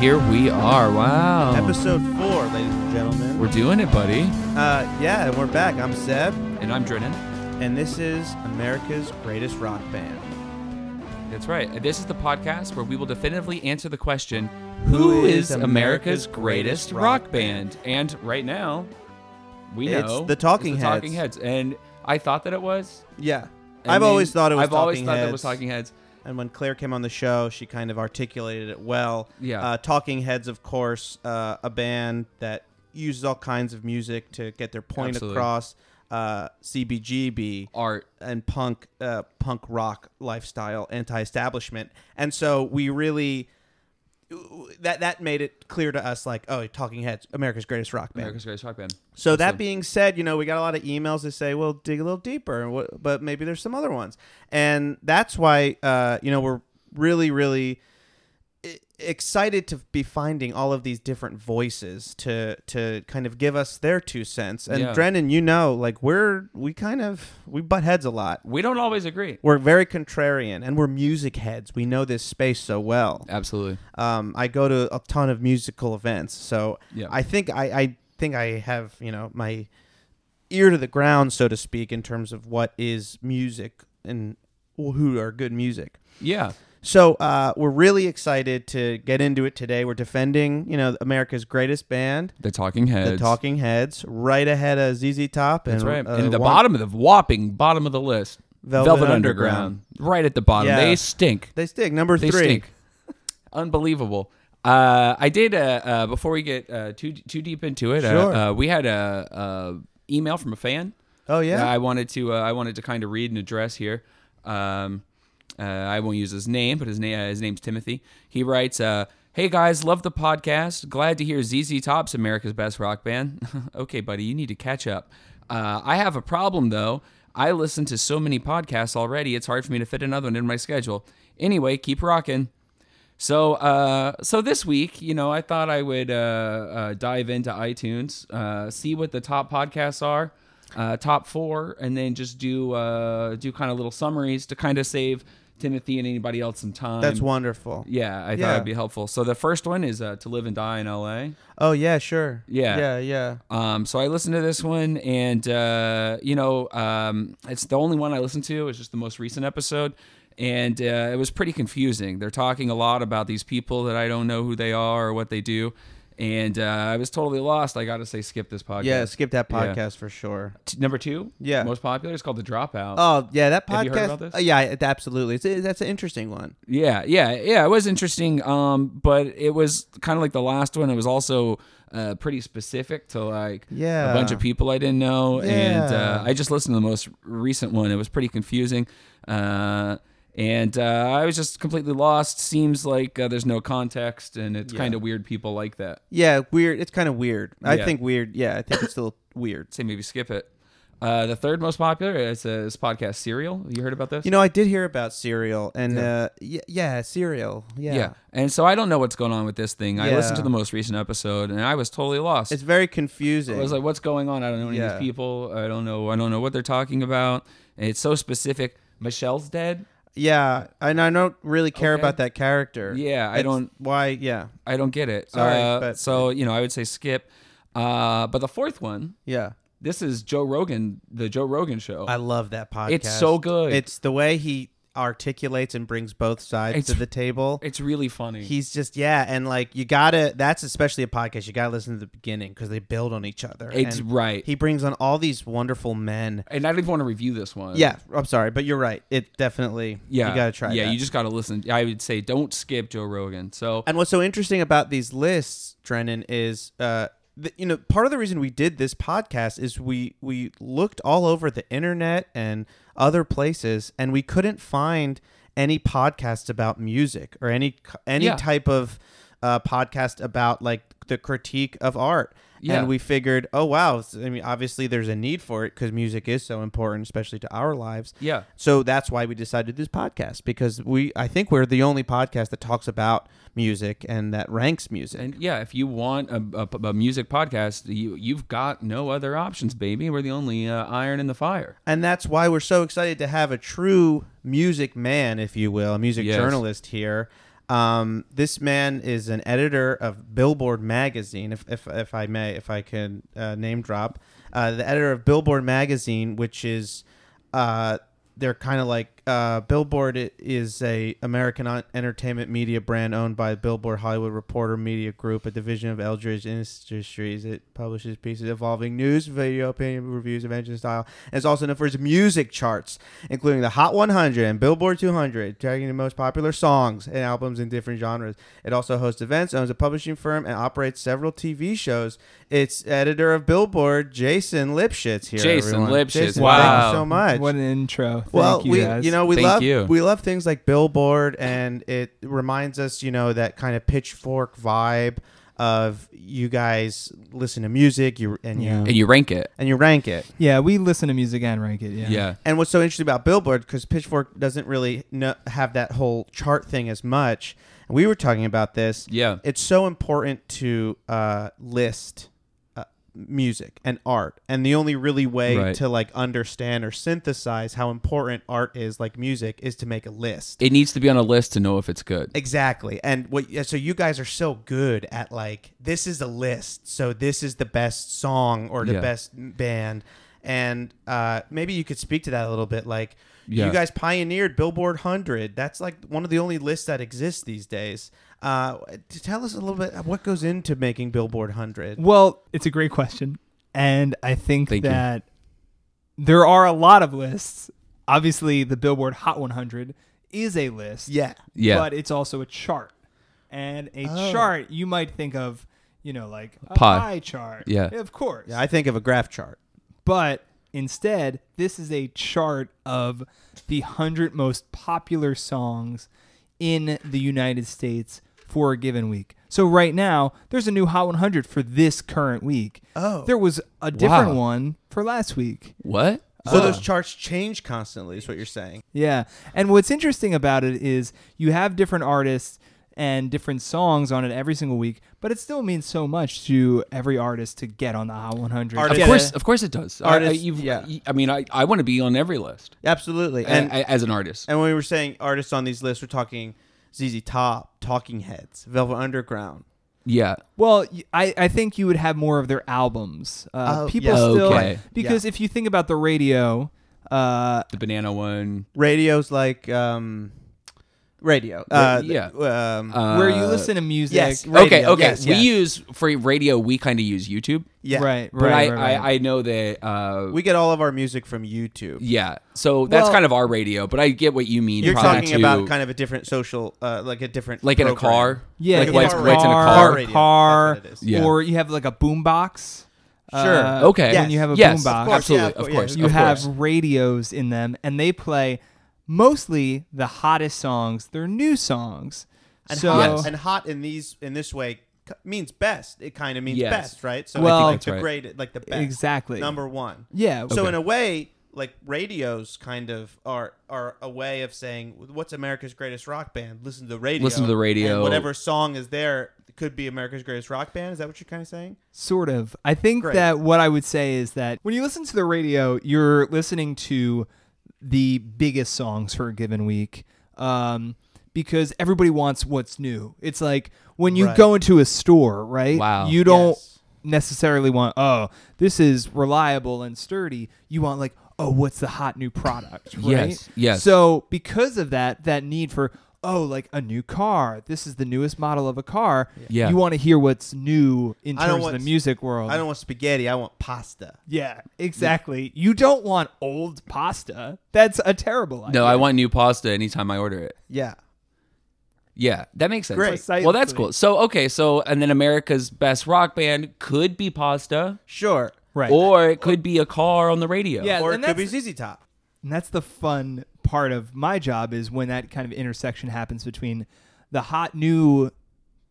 here we are. Wow. Episode four, ladies and gentlemen. Oh. We're doing it, buddy. Uh, yeah, and we're back. I'm Seb, And I'm Drennan. and this is America's greatest rock band. That's right. This is the podcast where we will definitively answer the question Who Who is is America's America's greatest rock band? And right now, we It's know the Talking it's Heads. Talking Heads. And I thought that it was. Yeah, and I've then always thought it was. I've always Talking thought that Heads, it was Talking Heads. And when Claire came on the show, she kind of articulated it well. Yeah. Uh, Talking Heads, of course, uh, a band that uses all kinds of music to get their point Absolutely. across. Uh, CBGB. Art. and punk uh, punk rock lifestyle anti-establishment and so we really that that made it clear to us like oh talking heads america's greatest rock band America's greatest rock band. so that Absolutely. being said you know we got a lot of emails that say well dig a little deeper and what, but maybe there's some other ones and that's why uh, you know we're really really e- excited to be finding all of these different voices to to kind of give us their two cents and Yeah. Drennan you know like we're we kind of we butt heads a lot We don't always agree. we're very contrarian and we're music heads. We know this space so well. Absolutely. Um, I go to a ton of musical events, so Yeah. I think I, I think I have you know my ear to the ground, so to speak, in terms of what is music and who are good music. Yeah. So uh, we're really excited to get into it today. We're defending you know America's greatest band, The Talking Heads. the Talking Heads, right ahead of ZZ Top and That's right. uh, and the Wan- bottom of the whopping bottom of the list, Velvet Underground. right at the bottom. Yeah. They stink. They stink number They three. stink. Unbelievable. Uh, I did uh, uh, before we get uh, too too deep into it. Sure. Uh, uh, we had a, a email from a fan. Oh yeah, that I wanted to uh, I wanted to kind of read and address here. Um, uh, I won't use his name, but his name uh, his name's Timothy. He writes, uh, "Hey guys, love the podcast. Glad to hear ZZ Top's America's Best Rock Band. okay, buddy, you need to catch up. Uh, I have a problem though. I listen to so many podcasts already. It's hard for me to fit another one in my schedule. Anyway, keep rocking." So, uh, so this week, you know, I thought I would uh, uh, dive into iTunes, uh, see what the top podcasts are, uh, top four, and then just do uh, do kind of little summaries to kind of save Timothy and anybody else some time. that's wonderful. Yeah, I thought Yeah. it'd be helpful. So the first one is uh, "To Live and Die in L.A." Oh yeah, sure. Yeah. Yeah, yeah. Um, so I listened to this one, and uh, you know, um, it's the only one I listened to. It's just the most recent episode, and uh, it was pretty confusing. They're talking a lot about these people that I don't know who they are or what they do, and uh, I was totally lost. I got to say, skip this podcast. Yeah, skip that Yeah. podcast for sure. T- number two, Yeah. most popular. It's called The Dropout. Oh, yeah, that podcast. Have you heard about this? uh, yeah, it, absolutely. It's, it, that's an interesting one. Yeah, yeah, yeah. It was interesting, um, but it was kind of like the last one. It was also uh, pretty specific to like Yeah. a bunch of people I didn't know, and Yeah. uh, I just listened to the most recent one. It was pretty confusing, uh, and uh, I was just completely lost. Seems like uh, there's no context, and it's kind of weird. People like that. Yeah, weird. It's kind of weird. I Yeah. think weird. Yeah, I think it's still weird. Say maybe skip it. Uh, the third most popular is uh, this podcast, Serial. You heard about this? You know, I did hear about Serial, and uh, yeah, yeah Serial. Yeah. yeah. And so I don't know what's going on with this thing. I listened Yeah. to the most recent episode, and I was totally lost. It's very confusing. I was like, "What's going on? I don't know any Yeah. of these people. I don't know. I don't know what they're talking about." And it's so specific. Michelle's dead. yeah, and I don't really care Okay. about that character. Yeah, I It's don't. Why? Yeah, I don't get it. Sorry, Uh, but- so you know, I would say skip. Uh, but the fourth one, yeah. this is Joe Rogan, the Joe Rogan show. I love that podcast. It's so good. It's the way he articulates and brings both sides It's- to the table. it's really funny. He's just yeah, and like you gotta. That's especially a podcast. You gotta listen to the beginning because they build on each other. It's And right. He brings on all these wonderful men. and I didn't want to review this one. Yeah, I'm sorry, but you're right. It definitely. yeah. you gotta try. Yeah, that. you just gotta listen. I would say don't skip Joe Rogan. So And what's so interesting about these lists, Drennan, is uh, th- you know, part of the reason we did this podcast is we we looked all over the internet and other places, and we couldn't find any podcasts about music or any c- any Yeah. type of uh, podcast about like the critique of art. Yeah. And we figured, oh wow, s- I mean, obviously there's a need for it because music is so important, especially to our lives. Yeah. So that's why we decided this podcast because we I think we're the only podcast that talks about music and that ranks music. And yeah, if you want a, a, a music podcast, you you've got no other options, baby. We're the only uh, iron in the fire. And that's why we're so excited to have a true music man, if you will, a music Yes. journalist here. Um, this man is an editor of Billboard magazine, if if, if I may, if I can uh, name drop, uh, the editor of Billboard magazine, which is, uh, they're kind of like uh, Billboard i- is a American on- entertainment media brand owned by Billboard Hollywood Reporter Media Group, a division of Eldridge Industries. It publishes pieces involving news, video, opinion, reviews of engine style, and is also known for its music charts, including the Hot 100 and Billboard 200, tracking the most popular songs and albums in different genres. It also hosts events, owns a publishing firm, and operates several TV shows. Its editor of Billboard, Jason Lipschitz. Here, Jason everyone. Lipschitz. thank Wow. you so much What an intro. Thank well, you we guys. you know we Thank love you. we love things like Billboard, and it reminds us, you know, that kind of pitchfork vibe of you guys listen to music, you and you Yeah. and you rank it. and you rank it. yeah, we listen to music and rank it. Yeah. Yeah. And what's so interesting about Billboard because Pitchfork doesn't really know, have that whole chart thing as much. And we were talking about this. Yeah. It's so important to uh, list uh, music and art, and the only really way Right. to like understand or synthesize how important art is, like music, is to make a list. It needs to be on a list to know if it's good. Exactly. And what so you guys are so good at like this is a list. So this is the best song or the Yeah. best band. And uh maybe you could speak to that a little bit like Yeah. you guys pioneered Billboard 100. That's like one of the only lists that exists these days. Uh to tell us a little bit what goes into making Billboard 100. Well, it's a great question. And I think Thank you. that there are a lot of lists. Obviously, the Billboard Hot 100 is a list. Yeah. Yeah. But it's also a chart. And a Oh. chart you might think of, you know, like a Pie. pie chart. Yeah. Of course. Yeah, I think of a graph chart. But instead, this is a chart of the 100 most popular songs in the United States for a given week. So right now, there's a new Hot 100 for this current week. Oh. There was a different Wow. one for last week. What? So those charts change constantly is what you're saying. Yeah. And what's interesting about it is you have different artists and different songs on it every single week, but it still means so much to every artist to get on the Hot 100. Artist- Of Yeah. course, of course it does. I- I- Artists, you've- yeah. y- I mean, I, I want to be on every list Absolutely. and, And as an artist. And when we were saying artists on these lists, we're talking ZZ Top, Talking Heads, Velvet Underground. yeah. Well, y- I, I think you would have more of their albums. Uh, Oh, people yeah. still Okay. because if you think about the radio, uh, The banana one. Radio's like um, radio. Uh, yeah. Um, Uh, where you listen to music, yes. right, radio, okay. Okay. yes, we yes. use for radio. We kind of use YouTube, yeah. right, but right, I, right. I I know that. Uh, We get all of our music from YouTube. yeah. So that's Well- kind of our radio, but I get what you mean. You're probably talking to- about kind of a different social, uh, like a different, like in a program. car. yeah, Like you what's have car- what's in a car car. radio. car, That's what it is. Yeah. or you have like a boombox. Sure. Uh, Okay. When you have a yes, boombox, Of course, Yeah, absolutely. of Of course, course. you of have course. radios in them, and they play mostly the hottest songs. They're new songs. And, so hot, Yes. and hot in these in this way c- means best. It kind of means Yes. best, right? So Well- I think That's like the right. grade, like the best, exactly. number one. Yeah. So Okay. in a way, like radios kind of are are a way of saying what's America's greatest rock band? Listen to the radio. Listen to the radio. And whatever song is there could be America's greatest rock band. Is that what you're kind of saying? Sort of. I think Great. that what I would say is that when you listen to the radio, you're listening to the biggest songs for a given week um, because everybody wants what's new. It's like when you Right. go into a store, right? Wow. You don't Yes. necessarily want, oh, this is reliable and sturdy. You want, like, oh, what's the hot new product, right? Yes, yes. So because of that, that need for, oh, like a new car. This is the newest model of a car. Yeah. You want to hear what's new in I terms don't of the want- music world. I don't want spaghetti. I want pasta. Yeah, exactly. You don't want old pasta. That's a terrible idea. No, I want new pasta anytime I order it. Yeah. Yeah, that makes sense. Great. Well, that's Precisely. cool. So, okay, so and then America's best rock band could be Pasta, Sure. right. or it could be a car on the radio. Yeah. Or it and could be that's- ZZ Top. and that's the fun part of my job is when that kind of intersection happens between the hot new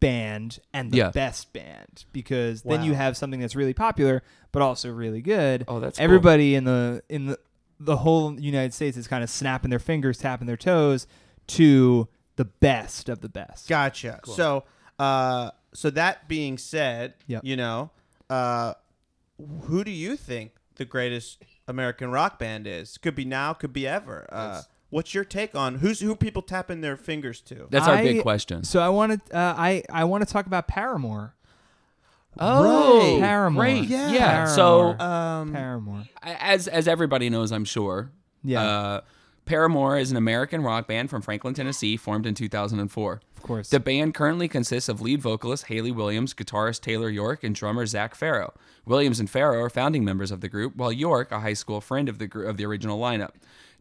band and the Yeah. best band because then Wow. you have something that's really popular but also really good. Oh, that's cool. everybody in the in the the whole United States is kind of snapping their fingers, tapping their toes to the best of the best. Gotcha. So, uh, so that being said, Yep. you know, uh, who do you think the greatest American rock band is? Could be now, could be ever. Uh, What's your take on who's who people tapping their fingers to? That's our I- big question. So I want to uh, I I want to talk about Paramore. Oh, Right. Paramore. great. Yeah. Yeah. So Paramore. Um, Paramore. as as everybody knows, I'm sure. Yeah. Uh, Paramore is an American rock band from Franklin, Tennessee, formed in 2004. Of course. The band currently consists of lead vocalist Haley Williams, guitarist Taylor York, and drummer Zach Farrow. Williams and Farrow are founding members of the group, while York, a high school friend of the group of the original lineup,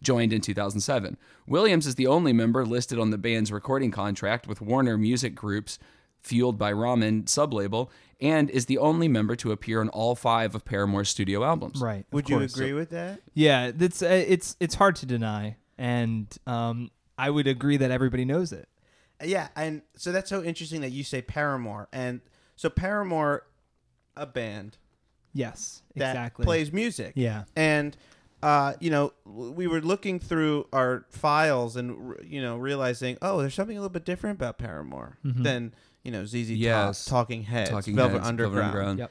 joined in 2007. Williams is the only member listed on the band's recording contract with Warner Music Group's Fueled by Ramen sublabel, and is the only member to appear on all five of Paramore's studio albums. right. of would you course. agree with that? Yeah, that's uh, it's it's hard to deny, and um, I would agree that everybody knows it. Yeah, and so that's so interesting that you say Paramore, and so Paramore, a band Yes, that exactly. plays music. Yeah. and uh, you know, w- we were looking through our files and re- you know realizing, oh, there's something a little bit different about Paramore Mm-hmm. than you know ZZ Yes. Top, Talking Heads, Talking Velvet, Heads, Underground, Velvet Underground, Yep.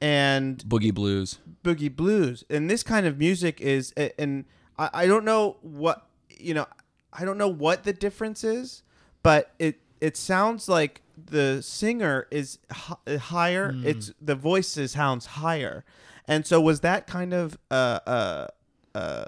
and Boogie Blues. boogie blues and this kind of music is a- and I, I don't know what you know i don't know what the difference is but it it sounds like the singer is hi- higher Hmm. it's the voice is sounds higher and so was that kind of uh uh uh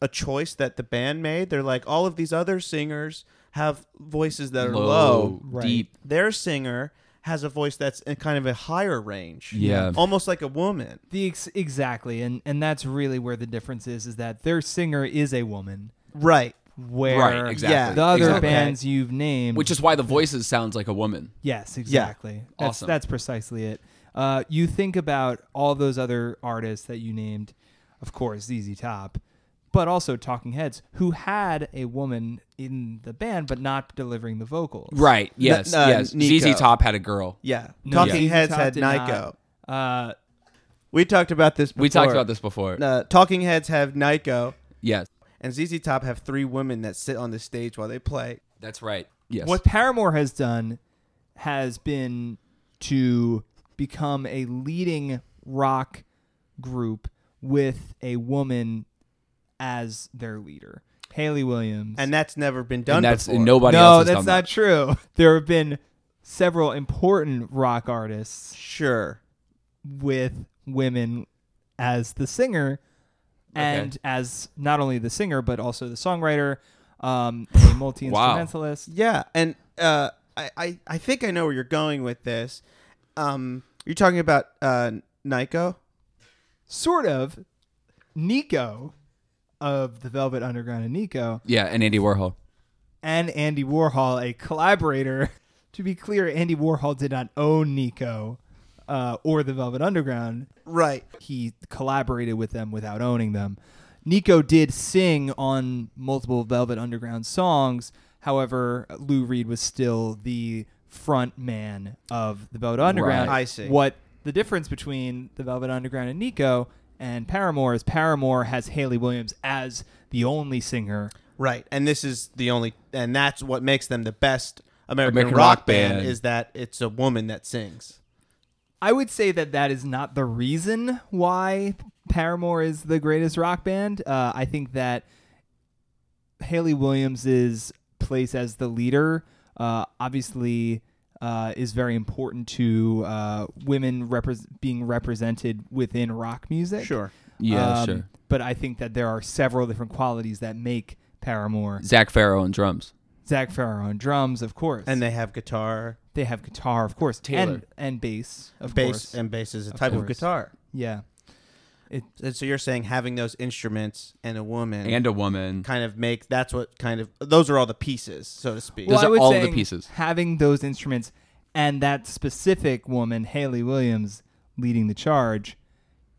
a choice that the band made they're like all of these other singers have voices that are low, Right. deep. their singer has a voice that's in kind of a higher range Yeah. almost like a woman The ex- exactly, and and that's really where the difference is: is that their singer is a woman, right where Right, exactly. Yeah. the other exactly. bands you've named, Which is why the voices sounds like a woman. yes, exactly. That's, Awesome. That's precisely it. Uh, you think about all those other artists that you named, of course, ZZ Top, but also Talking Heads, who had a woman in the band but not delivering the vocals. Right. Yes. uh, yes. Nico. ZZ Top had a girl. Yeah. No, Talking ZZ Heads Top had did Nyko. not. Uh, We talked about this before. We talked about this before. Uh, Talking Heads have Nyko, Yes. and ZZ Top have three women that sit on the stage while they play. That's right. Yes. What Paramore has done has been to become a leading rock group with a woman as their leader, Haley Williams. And that's never been done And that's before. nobody no, else. has that's done not that. true. There have been several important rock artists Sure. with women as the singer and as not only the singer but also the songwriter, um, a multi-instrumentalist. Yeah. And uh, I, I, I think I know where you're going with this. Um, you're talking about uh, Nyko? sort of Nico of the Velvet Underground and Nico Yeah, and Andy Warhol. and Andy Warhol, a collaborator. to be clear, Andy Warhol did not own Nico uh, or the Velvet Underground. Right. He collaborated with them without owning them. Nico did sing on multiple Velvet Underground songs. However, Lou Reed was still the front man of the Velvet Underground. I see. What the difference between the Velvet Underground and Nico and Paramore is Paramore has Haley Williams as the only singer. Right. And this is the only, and that's what makes them the best American, American rock, rock band, band. is that it's a woman that sings. I would say that that is not the reason why Paramore is the greatest rock band. Uh, I think that Haley Williams's place as the leader uh, obviously uh, is very important to uh, women repres being represented within rock music. Sure. Yeah, Um, sure. But I think that there are several different qualities that make Paramore. Zach Farrow on drums. Zach Farrow on drums, of course, And they have guitar, they have guitar, of course, Taylor. and and bass, of bass, course, and bass is a type of course. guitar. yeah. And so you're saying having those instruments and a woman And a woman. kind of make that's what kind of those are all the pieces, so to speak. Those I are would all the saying pieces. Having those instruments and that specific woman, Haley Williams, leading the charge,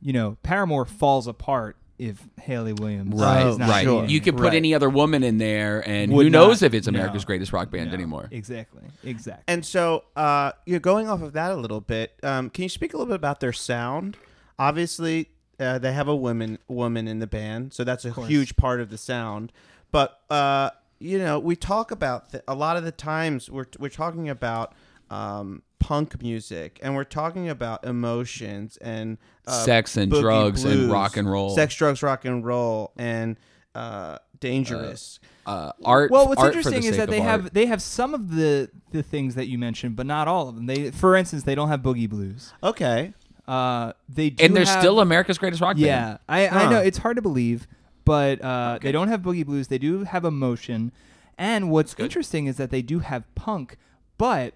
you know, Paramore falls apart if Haley Williams Right, Oh, is not right. sure. leading. You could put Right. any other woman in there, and Would who knows not- if it's America's no. greatest rock band No. anymore? Exactly. Exactly. And so uh, you're going off of that a little bit. Um, can you speak a little bit about their sound? Obviously, uh, they have a woman woman in the band, so that's a huge part of the sound. But uh, you know, we talk about th- a lot of the times we're we're talking about um, punk music, and we're talking about emotions and uh, Sex and boogie drugs and blues, rock and roll. sex, drugs, rock and roll, and uh, dangerous. uh, art. Well, what's art for the interesting is sake that they of have art. they have some of the the things that you mentioned, but not all of them. They, for instance, they don't have boogie blues. okay. Uh, they do and they're have- still America's greatest rock band. yeah. I, I Huh. know it's hard to believe, but uh, they don't have boogie blues. They do have emotion, and what's interesting is that they do have punk, but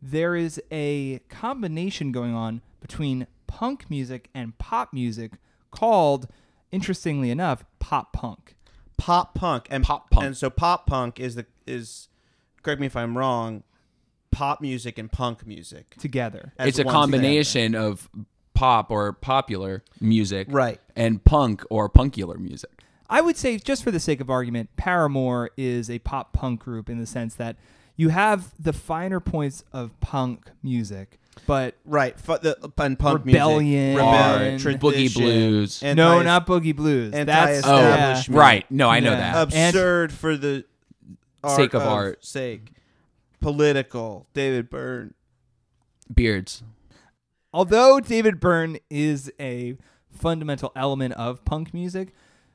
there is a combination going on between punk music and pop music called, interestingly enough, pop punk. Pop punk and Pop punk. And so pop punk is the is correct me if I'm wrong, pop music and punk music. Together, as it's a one thing. combination of pop or popular music, Right. and punk or punkular music. I would say, just for the sake of argument, Paramore is a pop punk group in the sense that you have the finer points of punk music, but Right. Fu- the, and punk Rebellion. music. Art, tradition, boogie blues. anti- no, not boogie blues. That's Oh, yeah. Establishment. right. No, I know Yeah. that. absurd for the art Sake of art. sake. Political. David Byrne. Beards. Although David Byrne is a fundamental element of punk music,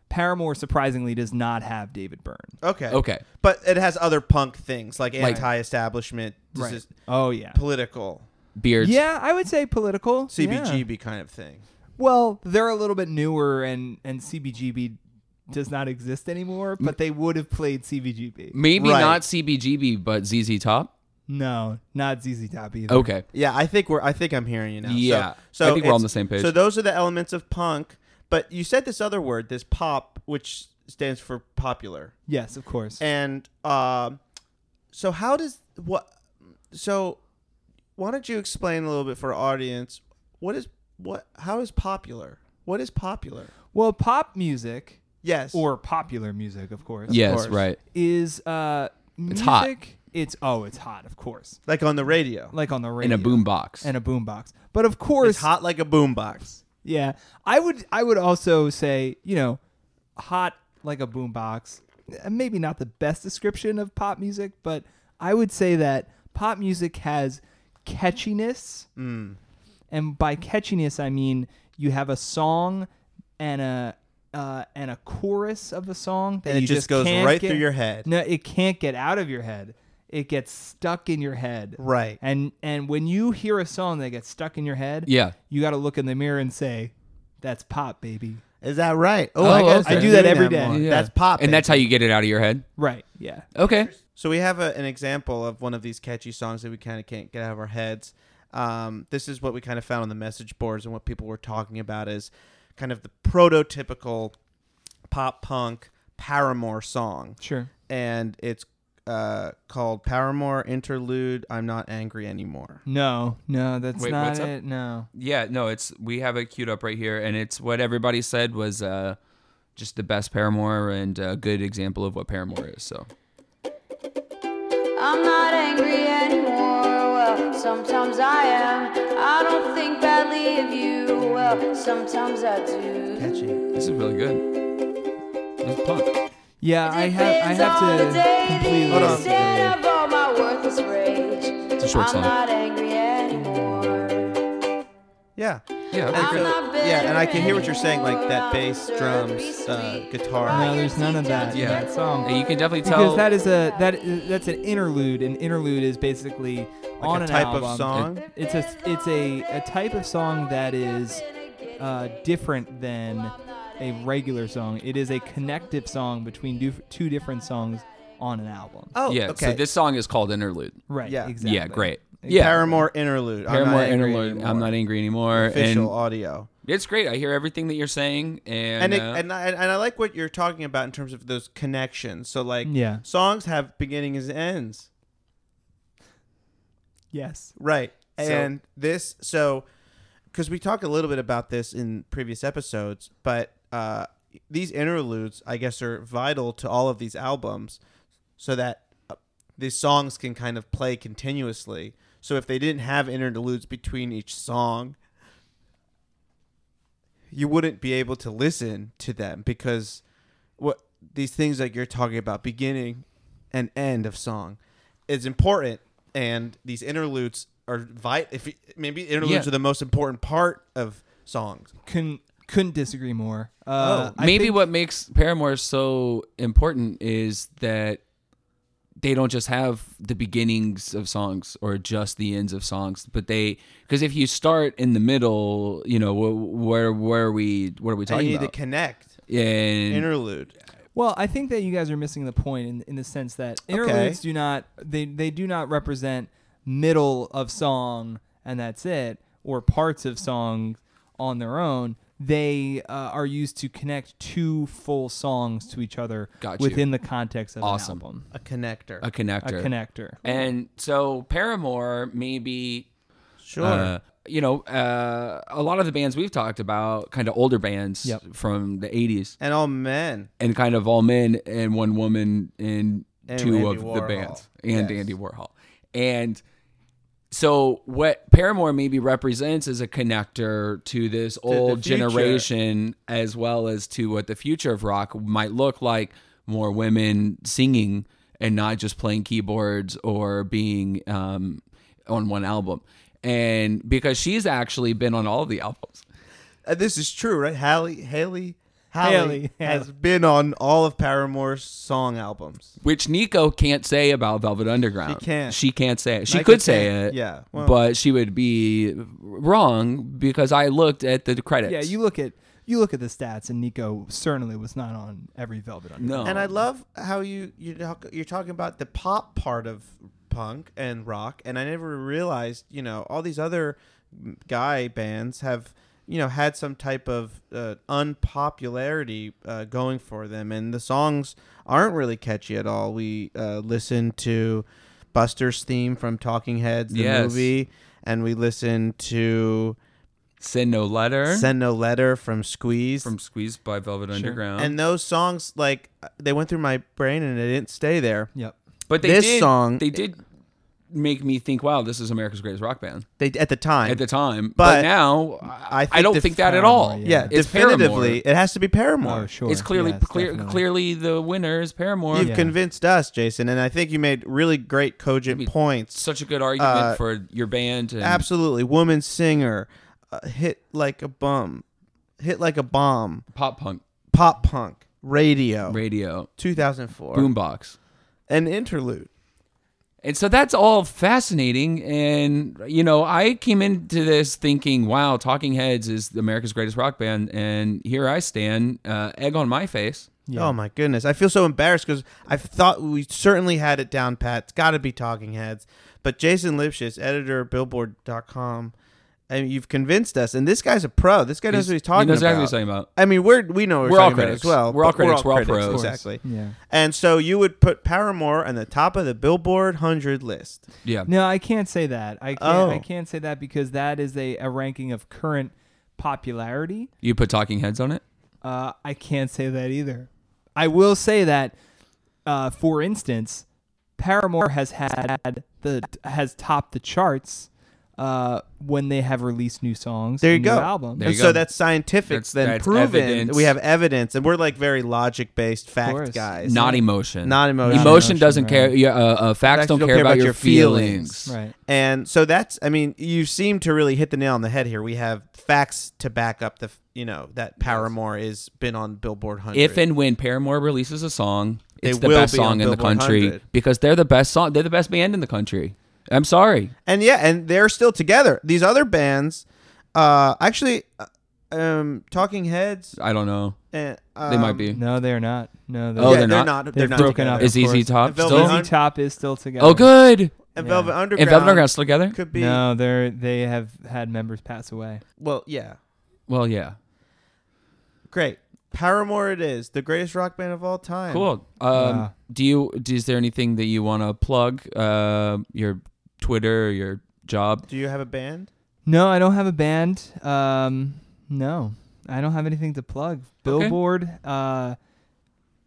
Paramore surprisingly does not have David Byrne. Okay. Okay. But it has other punk things like Like- anti-establishment, this is Oh yeah. political, Beards. Yeah, I would say political. yeah. CBGB kind of thing. Well, they're a little bit newer, and and CBGB does not exist anymore. But they would have played CBGB. Maybe Right. not CBGB, but ZZ Top. No, not ZZ Top either. Okay. Yeah, I think we're. I think I'm hearing you now. So- Yeah, so, I think we're on it's- the same page. So those are the elements of punk. But you said this other word, this pop, which stands for popular. Yes, of course. And um, so how does what? So why don't you explain a little bit for our audience? What is what? How is popular? What is popular? well, pop music Yes. or popular music, of course. yes. course. Right. Is uh, music, It's hot. It's oh, it's hot, of course. like on the radio. Like on the radio. In a boom box. And a boombox. But of it's course, hot like a boombox. yeah. I would I would also say you know, hot like a boombox. eh, Maybe not the best description of pop music, but I would say that pop music has catchiness. Mm. and by catchiness I mean you have a song and a uh, and a chorus of a song that And it you just goes can't right get- through your head. No, it can't get out of your head. It gets stuck in your head. Right. And and when you hear a song that gets stuck in your head, Yeah. you got to look in the mirror and say, "That's pop, baby." Is that right? Oh, I guess guess I I'm do that doing every day. more. Yeah. That's pop. And that's baby. how you get it out of your head. Right. Yeah. Okay. So we have a, an example of one of these catchy songs that we kind of can't get out of our heads. Um, this is what we kind of found on the message boards and what people were talking about is kind of the prototypical pop punk Paramore song, Sure. and it's uh, called Paramore Interlude. I'm not angry anymore. No. No, that's Wait, not what's up? it. No. Yeah. No. It's we have it queued up right here, and it's what everybody said was uh, just the best Paramore and a good example of what Paramore is. So. I'm not angry anymore. Well, sometimes I am. I don't think badly of you. Well, sometimes I do. Catchy. This is really good. This is punk. Yeah, I have I have to completely Hold on. on. Of all my worthless rage. a short I'm song. not angry anymore. Yeah. Yeah. And Okay. I'm so- not yeah, and I can hear what bitter you're saying, like that bass, anymore. drums, uh, No, guitar. there's none of that. Yeah. in that song. And you can definitely tell. because that is a that that's an interlude. An interlude is basically on Like a an type album. of song. It's a it's a, a type of song that is uh, different than a regular song. It is a connective song between do, two different songs on an album. Oh, yeah. okay. So this song is called Interlude. Right. yeah. Exactly. Yeah. Great. Yeah. Paramore Interlude. I'm not Paramore angry Interlude. I'm anymore. not angry anymore. official and audio. it's great. I hear everything that you're saying, and and it, uh, and, I, and I like what you're talking about in terms of those connections. So like, Yeah. songs have beginnings and ends, Yes. right? and this, so because we talked a little bit about this in previous episodes, but uh, these interludes, I guess, are vital to all of these albums, so that uh, these songs can kind of play continuously. So if they didn't have interludes between each song, you wouldn't be able to listen to them because what these things like you're talking about beginning and end of song is important and these interludes are vital if you- maybe interludes Yeah. are the most important part of songs Con- Couldn't disagree more. Oh. Uh, I Maybe think- what makes Paramore so important is that they don't just have the beginnings of songs or just the ends of songs, but they because if you start in the middle, you know wh- where where are we what are we And you talking need about? Mm. to connect. and Interlude. Well, I think that you guys are missing the point in, in the sense that interludes do not they they do not represent middle of song and that's it or parts of songs on their own. They uh, are used to connect two full songs to each other Got you. within the context of Awesome. an album. A connector. a connector, A connector. and so Paramore maybe Sure. Uh, you know, uh, a lot of the bands we've talked about, kind of older bands Yep. from the '80s, and all men. and kind of all men and one woman and, And two Andy of the Warhol. bands and Yes. Andy Warhol. And so what Paramore maybe represents is a connector to this old future. generation as well as to what the future of rock might look like more women singing and not just playing keyboards or being um, on one album. And because she's actually been on all of the albums. Uh, this is true, right? Haley, Haley, Haley, Haley, has Haley. been on all of Paramore's song albums. which Nico can't say about Velvet Underground. She can't. She can't say it. She Nico could say can't. it. Yeah, well- but she would be wrong because I looked at the credits. Yeah, you look at you look at the stats and Nico certainly was not on every Velvet Underground. No. And I love how you you talk, you're talking about the pop part of punk and rock, and I never realized you know all these other guy bands have you know had some type of uh, unpopularity uh, going for them, and the songs aren't really catchy at all. We uh, listened to Buster's theme from Talking Heads, the Yes. movie, and we listened to send no letter Send No Letter from Squeeze, from Squeeze by Velvet Underground. and those songs like they went through my brain and they didn't stay there. Yep. but they this did, song- they did make me think, wow, this is America's greatest rock band They at the time. at the time. But, But now I I, think don't the think that at all. Paramore, yeah, it's definitively, it has to be Paramore. Oh, sure. It's clearly Yes, clear, definitely. clearly the winner is Paramore. You've Yeah. convinced us, Jason, and I think you made really great cogent Maybe- points. Such a good argument Uh, for your band. And Absolutely, woman singer, uh, hit like a bum, hit like a bomb, Pop punk pop punk, radio, radio, 2004, boombox. an interlude. And so that's all fascinating. And, you know, I came into this thinking, wow, Talking Heads is America's greatest rock band. And here I stand, uh, egg on my face. Oh my goodness, I feel so embarrassed because I thought we certainly had it down pat. It's got to be Talking Heads, but Jason Lipschitz, editor of Billboard.com, and you've convinced us. And this guy's a pro. This guy knows what he's talking He knows about. exactly what he's talking about. I mean, we're we know what We're all talking about critics. as well. We're all but critics. We're all pros. exactly. Yeah. And so you would put Paramore on the top of the Billboard 100 list. Yeah. No, I can't say that. I can't, I Oh. can't say that because that is a, a ranking of current popularity. You put Talking Heads on it? Uh, I can't say that either. I will say that, uh, for instance, Paramore has had the has topped the charts uh, when they have released new songs. There you and new go. Album. There and you so go. that's scientific, That's- then that's proven. evidence. We have evidence, and we're like very logic based course. fact guys. Not emotion. Not emotion. Emotion, Emotion, doesn't right. care. Yeah, uh, uh, facts, don't, care, about, your feelings. Right. And so that's, I mean, you seem to really hit the nail on the head here. We have facts to back up the, f- you know, that Paramore has been on Billboard 100. If and when Paramore releases a song, it's They the will best be on song in the Billboard country 100. because they're the best song. They're the best band in the country. I'm sorry. and yeah, and they're still together. These other bands, uh, actually, uh, um, Talking Heads, I don't know. and They might um, be. No, they're not. No, they're Oh, yeah, they're, they're not? not. They've They're not broken together. up. Is Easy Top And Velvet still? Underground- Easy Top is still together. Oh, good. And Yeah. Velvet And Underground. Velvet Underground still together? could be. No, they're they have had members pass away. Well, yeah. Well, yeah. Great. Paramore, it is the greatest rock band of all time. Cool. Um, Wow. Do you? do- Is there anything that you want to plug? Uh, your Twitter, your job. Do you have a band? No, I don't have a band. Um, no, I don't have anything to plug. Billboard uh,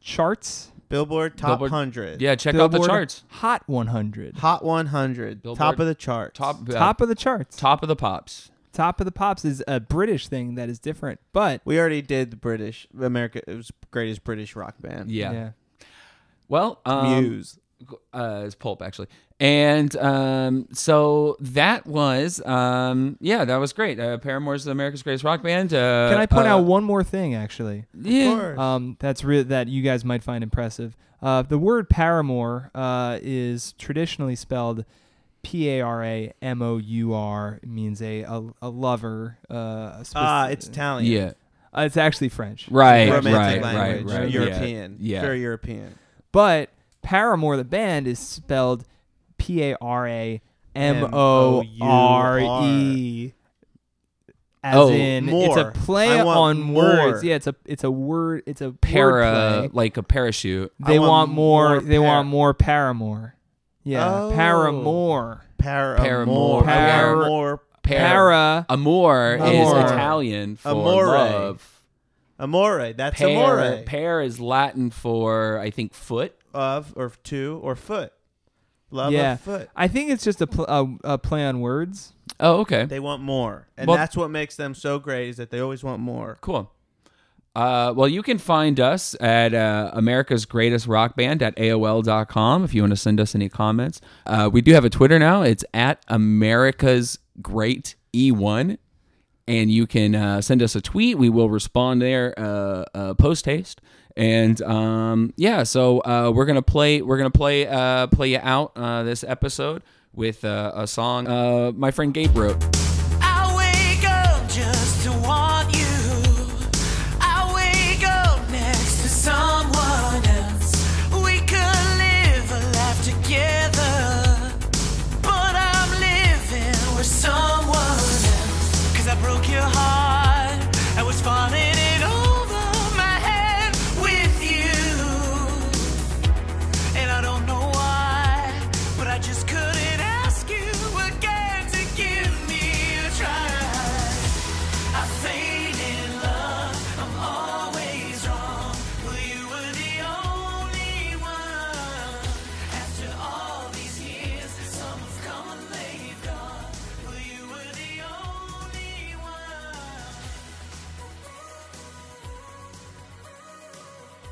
charts. Billboard Top Billboard- 100. Yeah, check out the Uh, Billboard charts. Hot 100. Hot 100. Billboard top of the chart. Top uh, Top of the charts. top of the pops. Top of the pops is a British thing that is different, but We already did the British, America's greatest British rock band. Yeah. yeah. Well, um, Muse. uh, it's Pulp actually, and um, so that was um, yeah, that was great. Uh, Paramore's America's Greatest Rock Band. Uh, Can I point uh, out one more thing, actually? yeah. Um, that's re- that you guys might find impressive. Uh, the word paramour uh, is traditionally spelled P A R A M O U R. It means a a, a lover. Uh, a spec- Ah, it's Italian. Yeah. uh, it's actually French. Right. Romantic right. language. Right. Right. European. Yeah. Very European. But Paramore the band is spelled P A R A M O R E. As Oh, in, it's more. a play I want on words. more. Yeah, it's a it's a word. It's a Para wordplay. like a parachute. They I want want, more. more they par- want more Paramore. Yeah, Oh. Paramore. Paramore. Paramore. Paramore. Para. Amor, Amor. is Italian for Amore. love. Amore. That's Pear, amore. pear is Latin for I think foot. of or two or foot. Love yeah, of foot. I think it's just a, pl- a, a play on words. Oh, okay. They want more. And Well- that's what makes them so great is that they always want more. Cool. Uh, well, you can find us at uh, America's Greatest Rock Band at AOL.com if you want to send us any comments. Uh, we do have a Twitter now. It's at America's Great E1. And you can uh, send us a tweet. We will respond there uh, uh, post haste. And um, yeah, so uh, we're gonna play. We're gonna play. Uh, play you out uh, this episode with uh, a song uh, my friend Gabe wrote.